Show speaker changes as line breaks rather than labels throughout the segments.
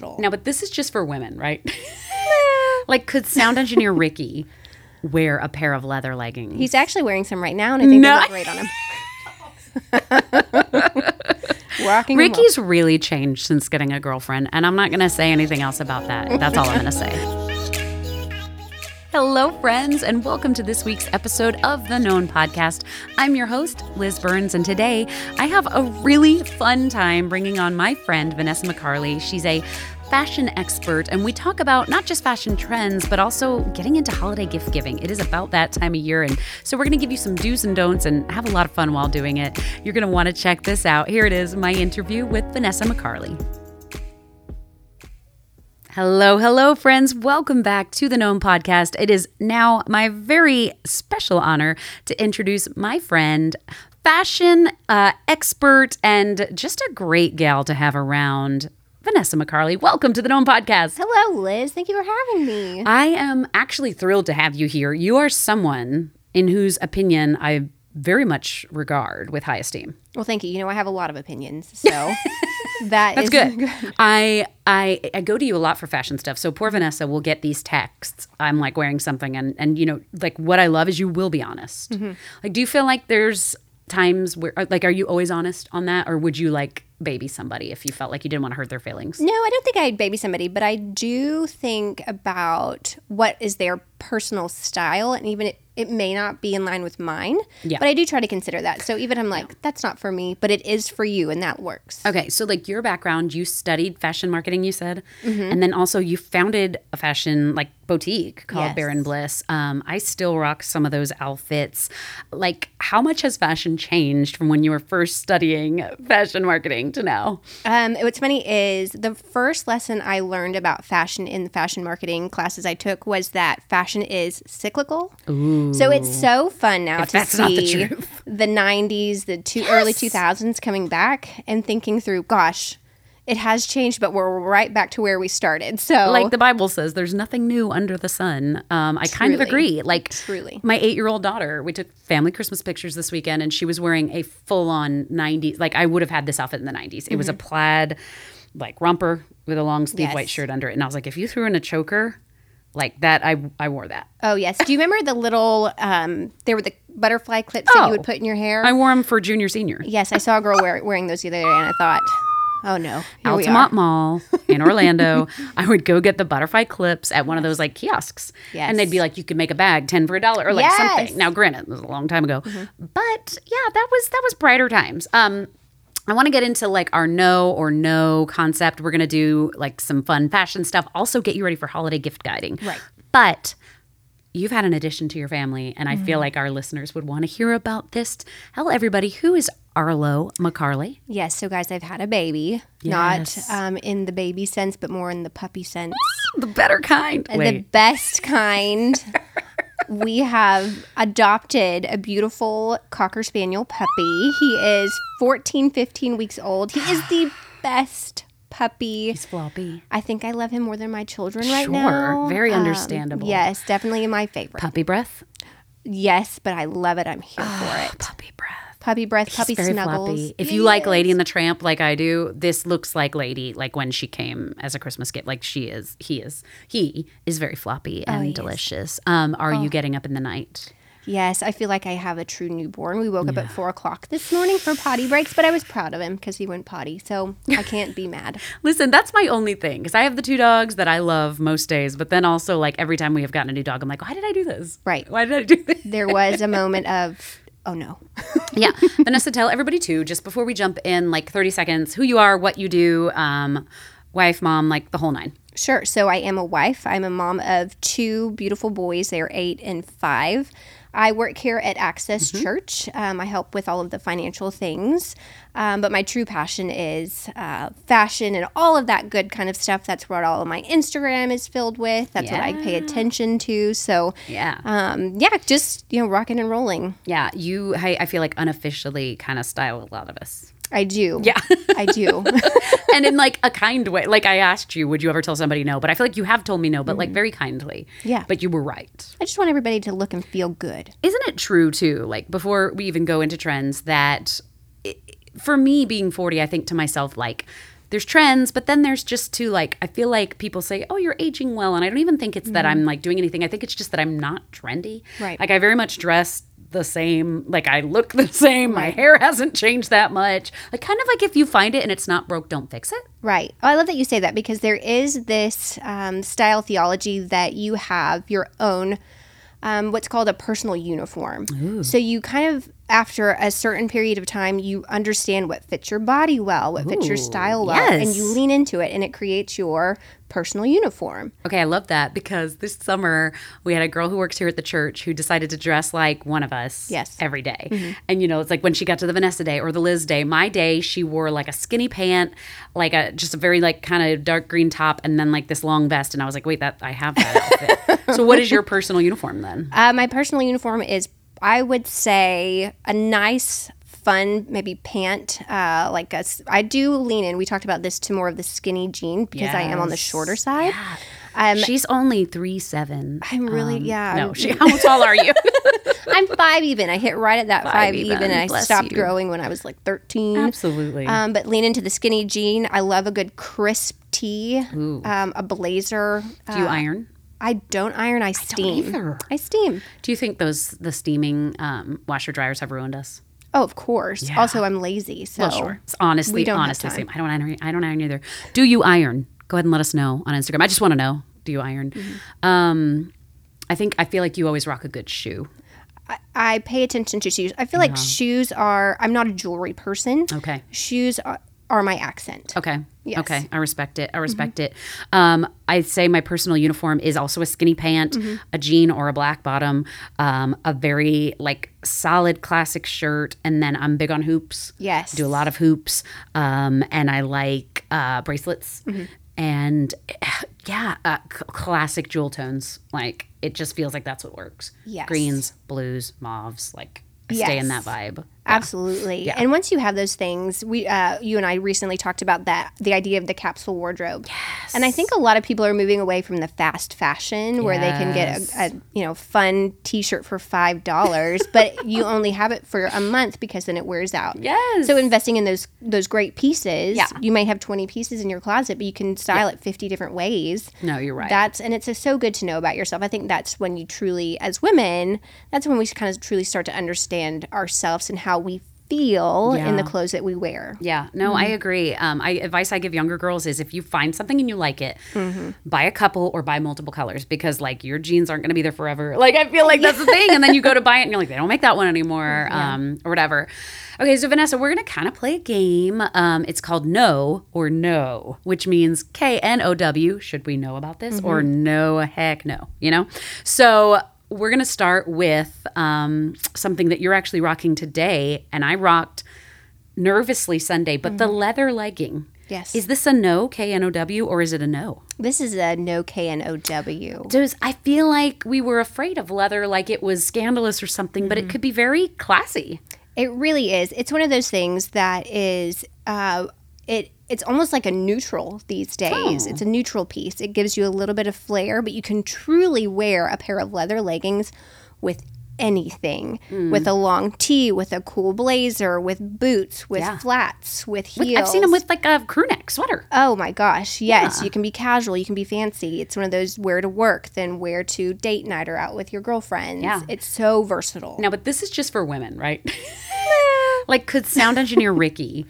Now, but this is just for women, right? like, could sound engineer Ricky wear a pair of leather leggings?
He's actually wearing some right now, and I think
No.
they look great on him. Rocking 'em up.
Ricky's really changed since getting a girlfriend, and I'm not going to say anything else about that. That's all I'm going to say. Hello, friends, and welcome to this week's episode of the Known Podcast. I'm your host, Liz Burns, and today I have a really fun time bringing on my friend, Vanessa McCarley. She's a fashion expert, and we talk about not just fashion trends, but also getting into holiday gift giving. It is about that time of year, and so we're going to give you some do's and don'ts and have a lot of fun while doing it. You're going to want to check this out. Here it is my interview with Vanessa McCarley. Hello, hello, friends. Welcome back to the Gnome Podcast. It is now my very special honor to introduce my friend, fashion uh, expert, and just a great gal to have around, Vanessa McCarley. Welcome to the Gnome Podcast.
Hello, Liz. Thank you for having me.
I am actually thrilled to have you here. You are someone in whose opinion I very much regard with high esteem.
Well, thank you. You know, I have a lot of opinions, so that
That's
is-
good. I, I I go to you a lot for fashion stuff. So poor Vanessa will get these texts. I'm like wearing something, and and you know, like what I love is you will be honest. Like, do you feel like there's times where uh, like are you always honest on that, or would you like baby somebody if you felt like you didn't want to hurt their feelings?
No, I don't think I'd baby somebody, but I do think about what is their personal style, and even it, it may not be in line with mine.
Yeah.
But I do try to consider that. So even I'm like, that's not for me, but it is for you, and that works.
Okay, so like your background, you studied fashion marketing, you said, and then also you founded a fashion like boutique called
Yes.
Baron Bliss. Um, I still rock some of those outfits. Like, how much has fashion changed from when you were first studying fashion marketing to now?
Um, what's funny is the first lesson I learned about fashion in the fashion marketing classes I took was that fashion is cyclical. So it's so fun now to
that's
see
not the truth.
the 90s, the two early 2000s coming back and thinking through, gosh, it has changed, but we're right back to where we started. So
Like the Bible says, there's nothing new under the sun. Um, I kind of
Truly.
agree. Like,
Truly.
my eight-year-old daughter, we took family Christmas pictures this weekend, and she was wearing a full-on '90s. Like, I would have had this outfit in the '90s. It was a plaid, like romper with a long sleeve white
Mm-hmm. Yes.
shirt under it, and I was like, if you threw in a choker, like that, I I wore that.
oh yes, do you remember the little? Um, there were the butterfly clips that
Oh.
you would put in your hair.
I wore them for junior senior.
yes, I saw a girl wear, wearing those the other day, and I thought, oh no, here we are.
Altamont Mall in Orlando. I would go get the butterfly clips at one of those like kiosks.
Yes.
And they'd be like, you could make a bag, 10 for a dollar or like
Yes. Mm-hmm.
something. Now, granted, it was a long time ago. But yeah, that was that was brighter times. Um I want to get into like our no or no concept. We're gonna do like some fun fashion stuff. Also get you ready for holiday gift guiding.
Right.
But You've had an addition to your family, and I
Mm-hmm.
feel like our listeners would want to hear about this. Tell everybody who is Arlo McCarley.
Yes, so guys, I've had a baby,
Yes.
not um, in the baby sense, but more in the puppy sense.
The better kind.
The best kind. we have adopted a beautiful Cocker Spaniel puppy. He is 14, 15 weeks old. He is the best puppy.
He's floppy.
I think I love him more than my children right
Sure,
now.
very
Um,
understandable.
yes, definitely my favorite.
Puppy breath.
yes, but I love it. I'm here for it.
Puppy breath.
Puppy breath, puppy
Ah, Very
snuggles.
floppy. If you like Lady and the Tramp like I do, this looks like Lady, like when she came as a Christmas gift. Like she is, he is, he Oh, is very floppy and delicious. Um, are you getting up in the night?
Yes, I feel like I have a true newborn. We woke up at four o'clock this morning for potty breaks, but I was proud of him because he went potty, so I can't be mad.
Listen, that's my only thing because I have the two dogs that I love most days, but then also like every time we have gotten a new dog, I'm like, why did I do this?
Right.
Why did I do this?
There was a moment of, oh no.
yeah. Vanessa, tell everybody too, just before we jump in, like 30 seconds, who you are, what you do, um, wife, mom, like the whole nine.
Sure, so I am a wife. I'm a mom of two beautiful boys, they are eight and five. I work here at Access Church. Um, I help with all of the financial things, um, but my true passion is uh, fashion and all of that good kind of stuff. That's what all of my Instagram is filled with. That's what I pay attention to. So
Yeah.
um, yeah, just you know, rocking and rolling.
Yeah, you. I, I feel like unofficially kind of style a lot of us,
I do. Yeah, I do.
and in like a kind way. Like I asked you, would you ever tell somebody no? But I feel like you have told me no, but like very kindly.
Yeah.
But you were right.
I just want everybody to look and feel good.
Isn't it true too? Like before we even go into trends, that it, for me being forty, I think to myself like. there's trends, but then there's just too like I feel like people say, "Oh, you're aging well," and I don't even think it's that I'm like doing anything. I think it's just that I'm not trendy.
Right.
Like I very much dress the same. Like I look the same. My hair hasn't changed that much. Like kind of like if you find it and it's not broke, don't fix it.
Right. Oh, I love that you say that because there is this um, style theology that you have your own, um, what's called a personal uniform. So you kind of, after a certain period of time, you understand what fits your body well, what fits your
Ooh,
style well, and you
yes.
lean into it, and it creates your personal uniform.
Okay, I love that because this summer we had a girl who works here at the church who decided to dress like one of us
Yes. Mm-hmm.
every day. And you know, it's like when she got to the Vanessa day or the Liz day, my day she wore like a skinny pant, like a just a very like kind of dark green top and then like this long vest and I was like, "Wait, that I have that outfit." so what is your personal uniform then?
Uh, my personal uniform is, I would say, a nice, fun, maybe pant. Uh, like a s I do lean in. We talked about this to more of the skinny jean because I am on the
Yes.
shorter side.
She's only three seven. Um,
I'm really, yeah.
No,
I'm-
she how tall are you?
I'm five even. I hit right at that five, even.
even.
and I
Bless
stopped
you.
growing when I was like 13.
Absolutely.
Um, but lean into the skinny jean. I love a good crisp tee, um, a blazer.
Do
Uh,
you iron?
I don't iron. I steam.
either.
I steam.
Do you think those the steaming um, washer dryers have ruined us?
Oh, of course. Also, I'm lazy. So
Well, sure. Oh, It's honestly,
we don't have
honestly,
time.
same. I don't iron. I don't iron either. Do you iron? Go ahead and let us know on Instagram. I just want to know. Do you iron?
Mm-hmm.
Um, I think I feel like you always rock a good shoe.
I, I pay attention to shoes. I feel like shoes are, I'm not a jewelry person.
Uh-huh. Okay. Oh,
Shoes are, are my accent.
Okay.
Yes. Mm-hmm.
Okay. I respect it. I respect it. Um, I say my personal uniform is also a skinny pant,
Mm-hmm.
a jean or a black bottom, um, a very like solid classic shirt, and then I'm big on hoops.
Yes.
do a lot of hoops um, and i like uh, bracelets
Mm-hmm.
and yeah uh, c- classic jewel tones like it just feels like that's what works
Yes.
greens blues mauves like I stay in that
Yes.
vibe
Absolutely. And once you have those things, we uh, you and I recently talked about that the idea of the capsule wardrobe. Yes. And I think a lot of people are moving away from the fast fashion where they can
Yes.
get a, a you know fun t-shirt for $5, but you only have it for a month because then it wears out.
yes
So investing in those those great pieces,
Yeah.
you may have 20 pieces in your closet, but you can style it 50 different ways.
no you're right
That's and it's just so good to know about yourself. I think that's when you truly, as women, that's when we kind of truly start to understand ourselves and how we feel in the
Yeah.
clothes that we wear.
Yeah, no,
Mm-hmm.
I agree. Um, I advice I give younger girls is if you find something and you like it,
Mm-hmm.
buy a couple or buy multiple colors because like your jeans aren't going to be there forever. Like I
Oh,
feel like that's the thing, and then you go to buy it and you're like, they don't make that one anymore, um, or whatever. Okay, so Vanessa, we're going to kind of play a game. Um, it's called No or No, which means K N O W. Should we know about this or no? Heck no. You know. So we're going to start with um, something that you're actually rocking today, and I rocked nervously Sunday, but the leather legging.
Yes.
Is this a no, K N O W, or is it a no?
This is a no K and O W.
Does I feel like we were afraid of leather, like it was scandalous or something, but it could be very classy.
It really is. It's one of those things that is uh, it. It's almost like a neutral these days.
Oh.
It's a neutral piece. It gives you a little bit of flair, but you can truly wear a pair of leather leggings with anything
Mm.
with a long tee with a cool blazer with boots with
Yeah.
flats with
With-
heels
I've seen them with like a crew neck sweater.
oh my gosh yes you can be casual you can be fancy it's one of those where to work then where to date night or out with your girlfriends
Yeah.
it's so versatile
Now, but this is just for women, right? like, could sound engineer Ricky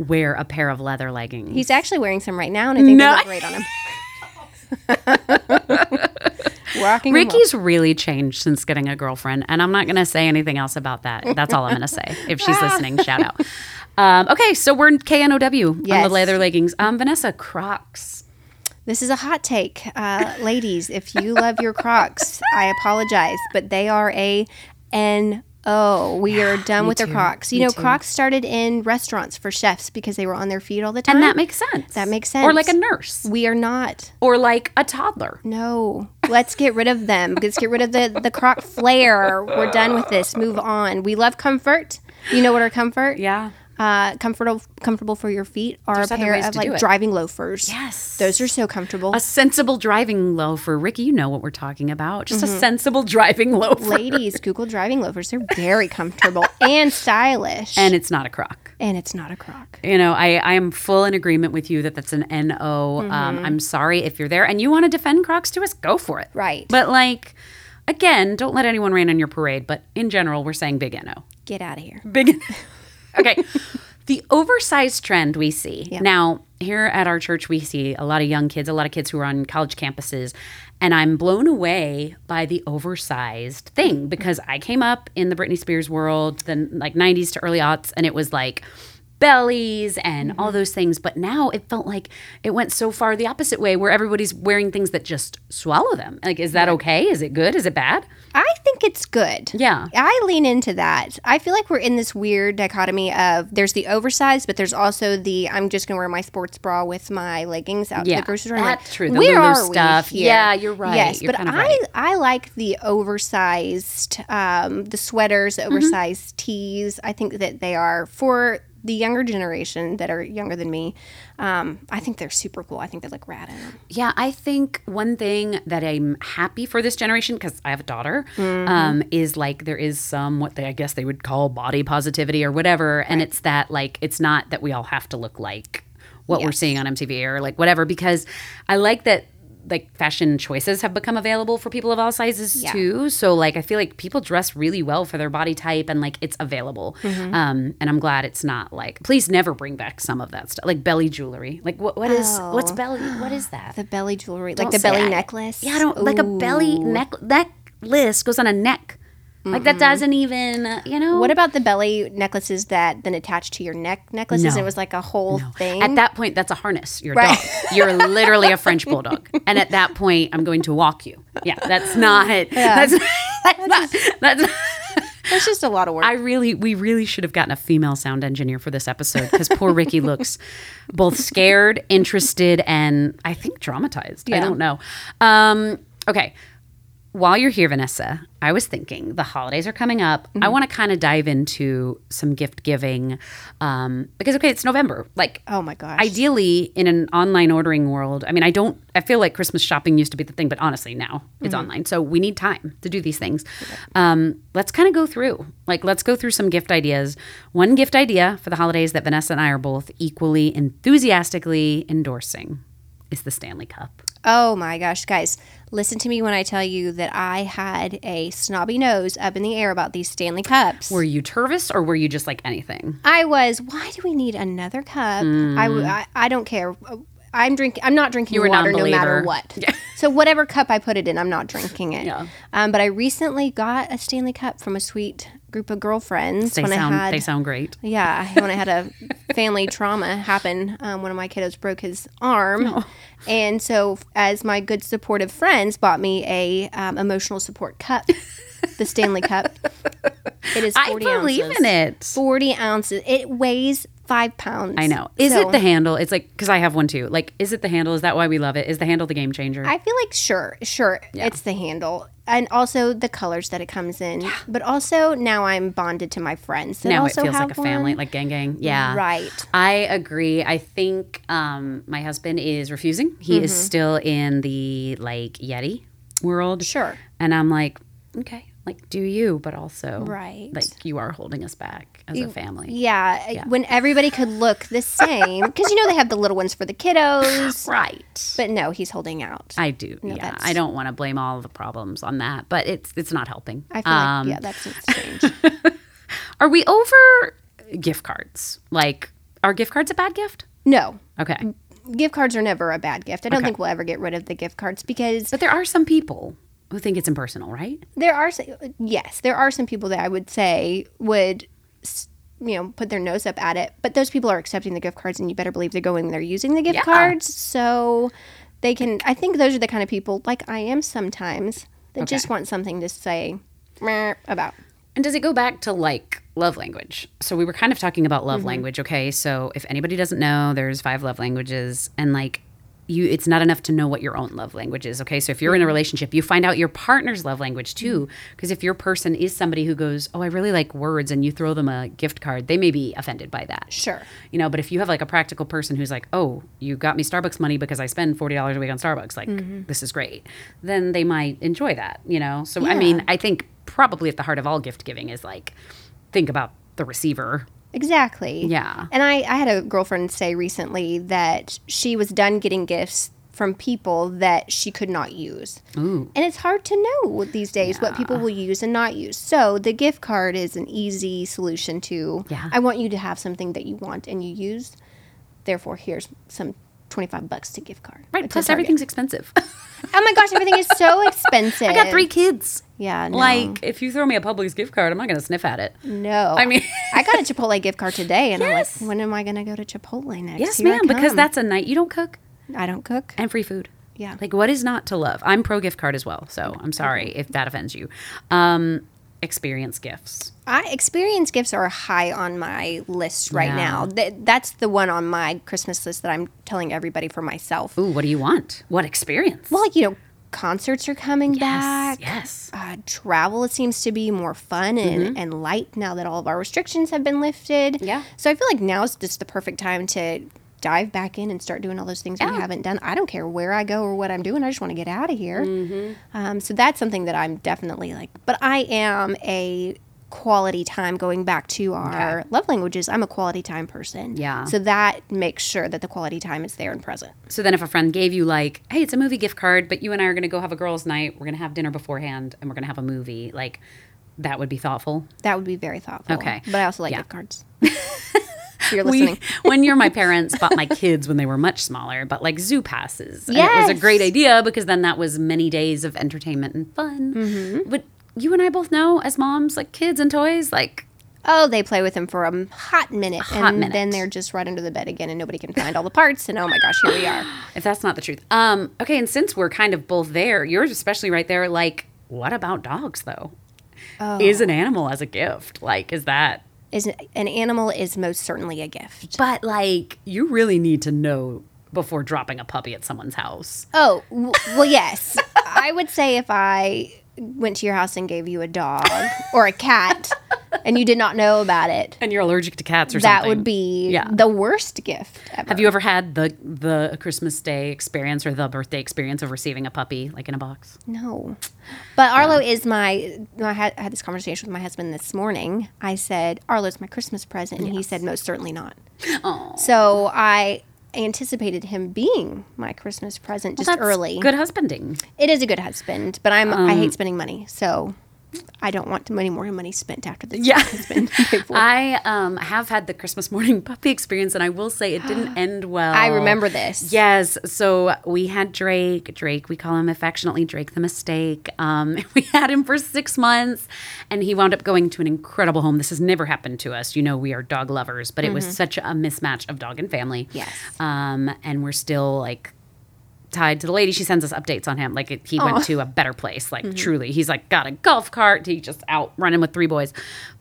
wear a pair of leather leggings?
he's actually wearing some right now and i think
No.
they look great on him Rocking them up.
Ricky's really changed since getting a girlfriend, and I'm not going to say anything else about that. That's all I'm going to say. If she's listening, shout out. Um, okay, so we're in KNOW on the
Yes.
leather leggings. Um, Vanessa, Crocs.
This is a hot take. Uh, ladies, if you love your Crocs, I apologize, but they are a N.O. We are done with the Crocs. You know, Crocs started in restaurants for chefs because they were on their feet all the time.
And that makes sense.
That makes
Or like a
sense.
nurse,
we are not.
or like a toddler.
No, let's get rid of them. Let's get rid of the, the croc flair. We're done with this. Move on. We love comfort. You know what are comfort?
Yeah.
Uh, comfortable, comfortable for your feet are a
other
pair
ways
of
to do
like
it.
driving loafers.
Yes.
Those are so comfortable.
a sensible driving loafer. Ricky, you know what we're talking about. Just
Mm-hmm.
a sensible driving loafer.
Ladies, Google driving loafers. They're very comfortable and stylish.
And it's not a croc.
and it's not a crock.
You know, I, I am full in agreement with you that that's an NO. Um,
Mm-hmm.
I'm sorry if you're there and you want to defend Crocs to us, go for it.
Right.
But like, again, don't let anyone rain on your parade. But in general, we're saying big NO.
Get out of here.
Big. okay. The oversized trend we see.
Yeah.
Now, here at our church, we see a lot of young kids, a lot of kids who are on college campuses. And I'm blown away by the oversized thing because I came up in the Britney Spears world, then like 90s to early aughts, and it was like bellies and all those things. But now it felt like it went so far the opposite way where everybody's wearing things that just swallow them. Like, is that okay? Is it good? Is it bad?
I think it's good.
Yeah.
I lean into that. I feel like we're in this weird dichotomy of there's the oversized, but there's also the I'm just gonna wear my sports bra with my leggings out
Yeah,
to the grocery store. I'm like,
that's true. The
where
Lulu
are
stuff.
we here?
Yeah, you're right.
Yes,
You're
but
kind
I
of right.
I like the oversized, um, the sweaters,
Mm-hmm.
the oversized tees. I think that they are for the younger generation that are younger than me. Um, I think they're super cool. I think they look rad in 'em.
Yeah, I think one thing that I'm happy for this generation because I have a daughter
Mm-hmm.
um, is like there is some what they I guess they would call body positivity or whatever, and it's that like it's not that we all have to look like what we're seeing on MTV or like whatever because I like that like fashion choices have become available for people of all sizes
Yeah.
too. So like I feel like people dress really well for their body type and like it's available.
Mm-hmm.
Um, and I'm glad it's not like please never bring back some of that stuff like belly jewelry. Like what what is what's
Oh.
belly? What is that?
The belly jewelry, like
Don't
the
say
belly
I-
necklace.
Yeah, I don't like a belly
Ooh.
neck. Necklace goes on a neck. Like that doesn't even uh, you know.
What about the belly necklaces that then attach to your neck necklaces?
No.
It was like a whole thing.
At that point, that's a harness. You're a
Right.
dog. You're literally a French bulldog. And at that point, I'm going to walk you. Yeah, that's not. That's, that's not. That's not.
That's just a lot of work.
I really, we really should have gotten a female sound engineer for this episode because poor Ricky looks both scared, interested, and I think traumatized. I
Yeah.
don't know. Um, okay. While you're here, Vanessa, I was thinking the holidays are coming up. I want to kind of dive into some gift giving um, because, okay, it's November. Like,
oh my gosh.
ideally in an online ordering world i mean i don't i feel like christmas shopping used to be the thing but honestly now
Mm-hmm.
it's online so we need time to do these things um, let's kind of go through like let's go through some gift ideas one gift idea for the holidays that vanessa and i are both equally enthusiastically endorsing is the stanley cup
oh my gosh, guys. Listen to me when I tell you that I had a snobby nose up in the air about these Stanley Cups.
were you nervous or were you just like anything
I was, why do we need another cup? I,
Hmm.
w- I, I don't care. I'm drinking. I'm not drinking
were
water no
non-believer.
matter what. So whatever cup I put it in, I'm not drinking it.
Yeah.
Um, but I recently got a Stanley cup from a sweet group of girlfriends
they
when
sound
I had
they sound great
Yeah, when I had a family trauma happen, um, one of my kiddos broke his arm,
Oh.
and so as my good supportive friends bought me a um, emotional support cup, the Stanley Cup. It is
i
forty
believe
ounces.
in it
Forty ounces. It weighs five pounds.
I know. Is
So,
it the handle? It's like because I have one too. Like, is it the handle? Is that why we love it? Is the handle the game changer?
I feel like sure, sure, it's the handle, and also the colors that it comes in. But also now I'm bonded to my friends. that
now it
also
feels
have
like a family,
one.
like gang gang. Yeah.
Right.
I agree. I think um, my husband is refusing. He
Mm-hmm.
is still in the like Yeti world.
Sure.
And I'm like, okay, like do you, but also
Right.
like you are holding us back as a family.
Yeah, when everybody could look the same. Because you know they have the little ones for the kiddos.
Right.
But no, he's holding out.
I do. yeah.
that's-
I don't want to blame all the problems on that, but it's it's not helping.
I feel
Um,
like, yeah, that's needs to change.
Are we over gift cards? Like are gift cards a bad gift?
No,
Okay.
Mm. gift cards are never a bad gift. I don't
Okay.
think we'll ever get rid of the gift cards because
But there are some people who think it's impersonal, right?
there are, s- yes, there are some people that I would say would, s- you know, put their nose up at it. But those people are accepting the gift cards and you better believe they're going, they're using the gift
Yeah.
cards. So they can, I think those are the kind of people, like I am sometimes, that just want something to say "Meh," about.
And does it go back to like love language? So we were kind of talking about love language, okay? So if anybody doesn't know, there's five love languages and like you it's not enough to know what your own love language is, okay? So if you're in a relationship, you find out your partner's love language too, because if your person is somebody who goes, "Oh, I really like words," and you throw them a gift card, they may be offended by that.
Sure.
You know, but if you have like a practical person who's like, "Oh, you got me Starbucks money because I spend forty dollars a week on Starbucks," like this is great, then they might enjoy that. You know, so I mean, I think probably at the heart of all gift giving is like think about the receiver
Exactly.
Yeah.
And I, I had a girlfriend say recently that she was done getting gifts from people that she could not use.
Ooh.
And it's hard to know these days what people will use and not use. So the gift card is an easy solution to
Yeah.
I want you to have something that you want and you use. Therefore, here's some 25 bucks to gift card.
Right.
It's a
Plus,
Target.
everything's expensive.
Oh my gosh, everything is so expensive.
I got three kids.
Yeah, no.
Like, if you throw me a Publix gift card, I'm not going to sniff at it.
No.
I mean-
I got a Chipotle gift card today and
Yes.
I'm like, when am I going to go to Chipotle next?
Yes,
Here I
ma'am, because
come.
that's a night you don't cook
I don't cook.
and free food.
Yeah.
Like, what is not to love? I'm pro gift card as well. So I'm sorry if that offends you. Um, experience gifts.
I experience gifts are high on my list right
Yeah.
now. Th- that's the one on my Christmas list that I'm telling everybody for myself.
Ooh, what do you want? What experience?
Well, like you know, concerts are coming
yes.
back.
Yes.
Uh, travel it seems to be more fun and, and light now that all of our restrictions have been lifted.
Mm-hmm. Yeah.
So I feel like now's just the perfect time to dive back in and start doing all those things we
Yeah.
haven't done. I don't care where I go or what I'm doing. I just want to get out of here.
Mm-hmm.
Um, so that's something that I'm definitely like. But I am a quality time going back to our love languages. I'm a quality time person.
Yeah.
So that makes sure that the quality time is there and present.
So then, if a friend gave you like, "Hey, it's a movie gift card, but you and I are going to go have a girls' night. We're going to have dinner beforehand, and we're going to have a movie," like that would be thoughtful.
That would be very thoughtful.
Okay.
But I also like
Yeah.
gift cards. If You're
We-
listening.
when you're my parents, bought my kids when they were much smaller, but like zoo passes. And it was a
Yes.
great idea because then that was many days of entertainment and fun.
Mm-hmm.
But you and I both know, as moms, like kids and toys, like
Oh, they play with them for a m- hot minute,
Hot
and
minute.
then they're just right under the bed again, and nobody can find all the parts. And oh my gosh, here we are.
if that's not the truth. Um, okay, and since we're kind of both there, yours especially right there, like, what about dogs though?
Oh.
Is an animal as a gift? Like, is that
Is an animal is most certainly a gift.
But like, you really need to know before dropping a puppy at someone's house.
Oh w- well, yes. I would say if I went to your house and gave you a dog or a cat, and you did not know about it,
And you're allergic to cats or something.
that would be
Yeah.
the worst gift ever.
Have you ever had the the Christmas Day experience or the birthday experience of receiving a puppy like in a box?
No. But Arlo is my. I had, I had this conversation with my husband this morning. I said, Arlo's my Christmas present. And he said, most certainly not. So I anticipated him being my Christmas present just
That's
early.
Good Um. husbanding.
It is a good husband, but I'm, I hate spending money. So I don't want any more money spent after this.
Yeah.
has been paid for.
I um, have had the Christmas morning puppy experience, and I will say it didn't end well.
I remember this.
Yes. So we had Drake. Drake, we call him affectionately Drake the Mistake. Um, we had him for six months, and he wound up going to an incredible home. This has never happened to us. You know, we are dog lovers, but it was such a mismatch of dog and family.
Mm-hmm. Yes.
Um, and we're still like tied to the lady. She sends us updates on him. Like it- he went to a better place. Like
Mm-hmm.
truly, he's like got a golf cart. He just out running with three boys.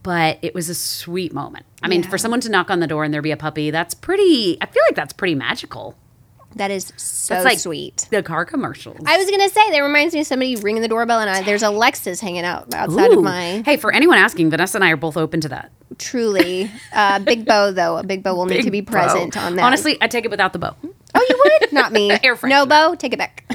But it was a sweet moment. I mean,
Yeah.
for someone to knock on the door and there be a puppy, that's pretty. I feel like that's pretty magical.
That is so
That's like
Oh, sweet.
The car commercials.
I was going to say, that reminds me of somebody ringing the doorbell, and I, there's a Lexus hanging out outside
Ooh.
of my.
Hey, for anyone asking, Vanessa and I are both open to that.
Truly, uh, Big Bo though. Big Bo will need to be
Bro.
present on that.
Honestly, I take it without the bow.
oh, you would not me.
Air freshener.
no, Bo, take it back.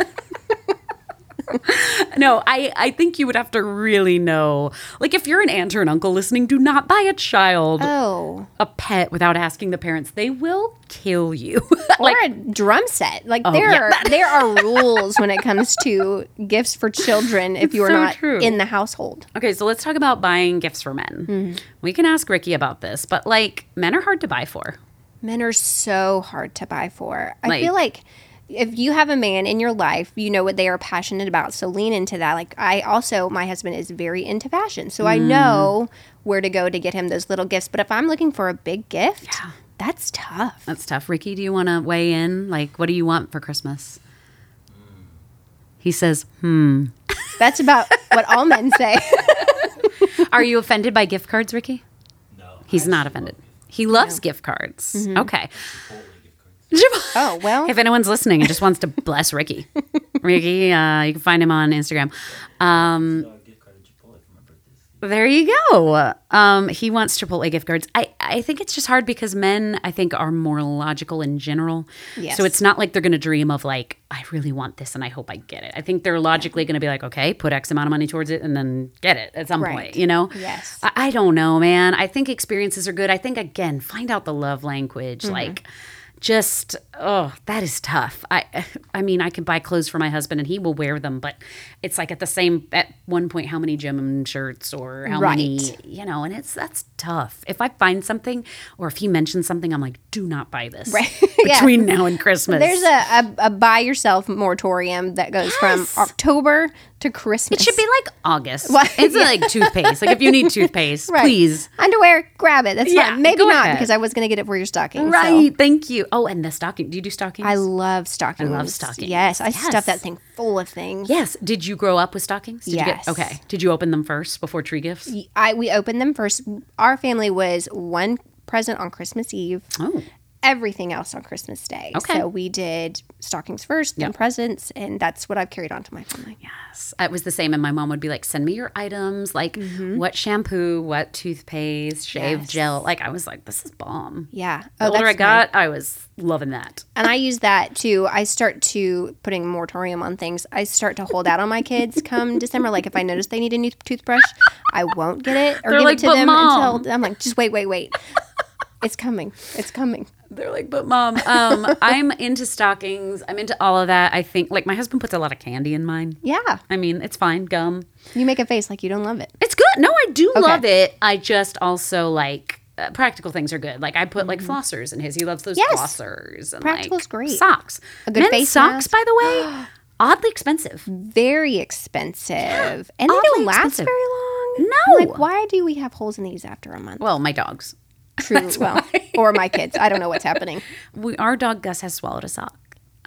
No, I, I think you would have to really know. Like, if you're an aunt or an uncle listening, do not buy a child
Oh,
a pet without asking the parents. They will kill you. like, Oh,
or a drum set. Like there
yeah.
are there are rules when it comes to gifts for children if you are
so
not
true.
in the household.
okay, so let's talk about buying gifts for men.
Hmm.
We can ask Ricky about this, but like, men are hard to buy for.
Men are so hard to buy for. I
Like-
feel like if you have a man in your life, you know what they are passionate about. So lean into that. Like I also, my husband is very into fashion, so I
Mm.
know where to go to get him those little gifts. But if I'm looking for a big gift, that's tough.
That's tough. Ricky, do you want to weigh in? Like, what do you want for Christmas? He says, hmm.
That's about what all men say.
Are you offended by gift cards, Ricky?
No.
He's
I
not
actually
offended. He loves gift cards. Okay.
love Chipotle gift cards.
Mm-hmm. Oh, well.
If anyone's listening and just wants to bless Ricky, Ricky, uh, you can find him on Instagram. Um,
I got a gift card at Chipotle for my birthday.
There you go. Um, he wants Chipotle gift cards. I, I think it's just hard because men, I think, are more logical in general.
Yes.
So it's not like they're going to dream of, like, I really want this and I hope I get it. I think they're logically going to be like, okay, put X amount of money towards it and then get it at some
Right.
point, you know?
Yes.
I, I don't know, man. I think experiences are good. I think, again, find out the love language.
Mm-hmm.
Like, just oh that is tough i i mean i could buy clothes for my husband and he will wear them but it's like at the same at one point how many gym shirts or how many
Right.
you know and it's that's tough if i find something or if he mentions something i'm like do not buy this
Right. Yeah.
between now and christmas
There's a, a, a buy yourself moratorium that goes from October to Christmas.
it should be like august
What?
it's like toothpaste like if you need toothpaste
Right.
please
Underwear, grab it. That's
Yeah,
fine. Maybe
go
not
ahead.
because I was going to get it for your stocking. so.
right thank you oh and the stocking do you do stockings
I love stockings.
stockings.
Yes, I
Yes.
stuff that thing full of things.
Yes. Did you grow up with stockings? Did
Yes.
You get, okay. Did you open them first before tree gifts?
I we opened them first. Our family was one present on Christmas Eve.
Oh,
Everything else on Christmas Day.
Okay.
So we did stockings first, then presents, and that's what I've carried on to my family.
yes. It was the same. And my mom would be like, send me your items, like what shampoo, what toothpaste, shave
Yes.
gel. Like, I was like, this is bomb.
Yeah. Oh,
The older I
that's mine.
got, I was loving that.
and I use that too. I start to putting moratorium on things. I start to hold out on my kids come December. Like if I notice they need a new toothbrush, I won't get it or
They're
give
like,
it to
"But
them
Mom."
until I'm like, just wait, wait, wait. It's coming. It's coming.
They're like, but mom, um, I'm into stockings. I'm into all of that. I think, like, my husband puts a lot of candy in mine.
Yeah.
I mean, it's fine, gum.
You make a face like you don't love it.
It's good. No, I do love it. I just also like uh, practical things are good. Like I put like flossers in his. He loves those
Mm-hmm. Yes.
flossers. And,
Practical's
like,
great.
Socks.
A good
Men's
face
socks,
mask.
by the way, oddly expensive.
Very expensive. And they
Oddly
don't last
expensive.
very long.
No.
I'm Like why do we have holes in these after a month?
Well, my dogs.
True. Well, or my kids. I don't know what's happening.
We, our dog Gus has swallowed a sock.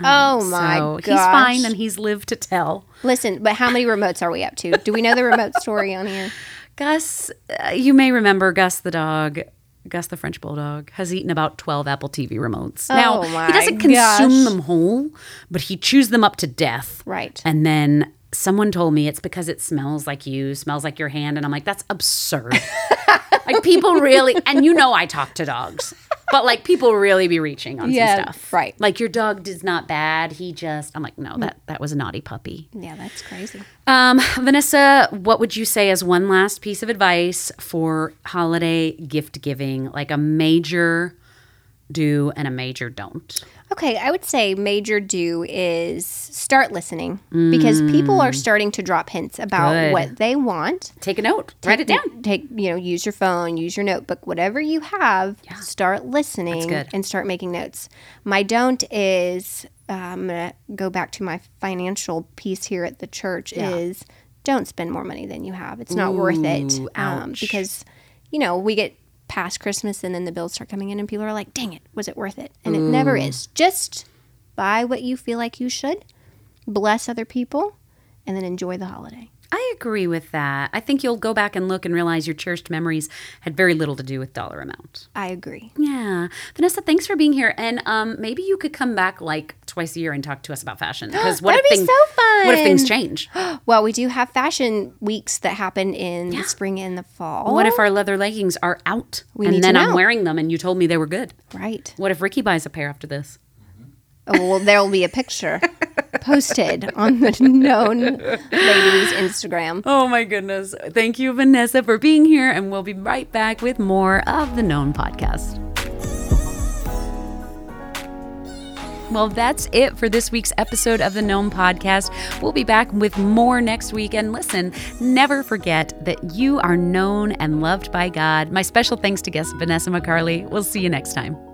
Oh my
Um, so
gosh.
he's fine and he's lived to tell.
Listen, but how many remotes are we up to? Do we know the remote story on here?
Gus, uh, you may remember Gus the dog. Gus the French Bulldog has eaten about 12 Apple TV remotes. now,
Oh
he
my
doesn't consume
gosh.
them whole, but he chews them up to death.
Right.
And then someone told me it's because it smells like you, smells like your hand. And I'm like, that's absurd. like people really, and you know, I talk to dogs, but like people really be reaching on
Yeah,
some stuff.
right.
Like your dog is not bad. He just, I'm like, no, that, that was a naughty puppy.
Yeah, that's crazy.
Um, Vanessa, what would you say as one last piece of advice for holiday gift giving, like a major do and a major don't?
Okay, I would say major do is start listening because people are starting to drop hints about
Mm. Good.
what they want.
Take a note, write it down.
Take, you know, use your phone, use your notebook, whatever you have, start listening
good.
and start making notes. My don't is, uh, I'm going to go back to my financial piece here at the church is don't spend more money than you have. It's not worth it. um,
Ooh, ouch.
because, you know, we get past Christmas and then the bills start coming in and people are like, dang it, was it worth it? And it never
Mm.
is. Just buy what you feel like you should, bless other people, and then enjoy the holiday.
I agree with that. I think you'll go back and look and realize your cherished memories had very little to do with dollar amount.
I agree.
Yeah. Vanessa, thanks for being here. And um, maybe you could come back like twice a year and talk to us about fashion. Because what
That'd
if
be
things,
so fun.
What if things change?
Well, we do have fashion weeks that happen in the spring and the fall.
What if our leather leggings are out
We
and
need to
then I'm
know.
wearing them and you told me they were good?
Right.
What if Ricky buys a pair after this?
Oh, well, there'll be a picture posted on the known ladies Instagram.
Oh my goodness. Thank you, Vanessa, for being here. And we'll be right back with more of the Known Podcast. Well, that's it for this week's episode of the Gnome Podcast. We'll be back with more next week. And listen, never forget that you are known and loved by God. My special thanks to guest Vanessa McCarley. We'll see you next time.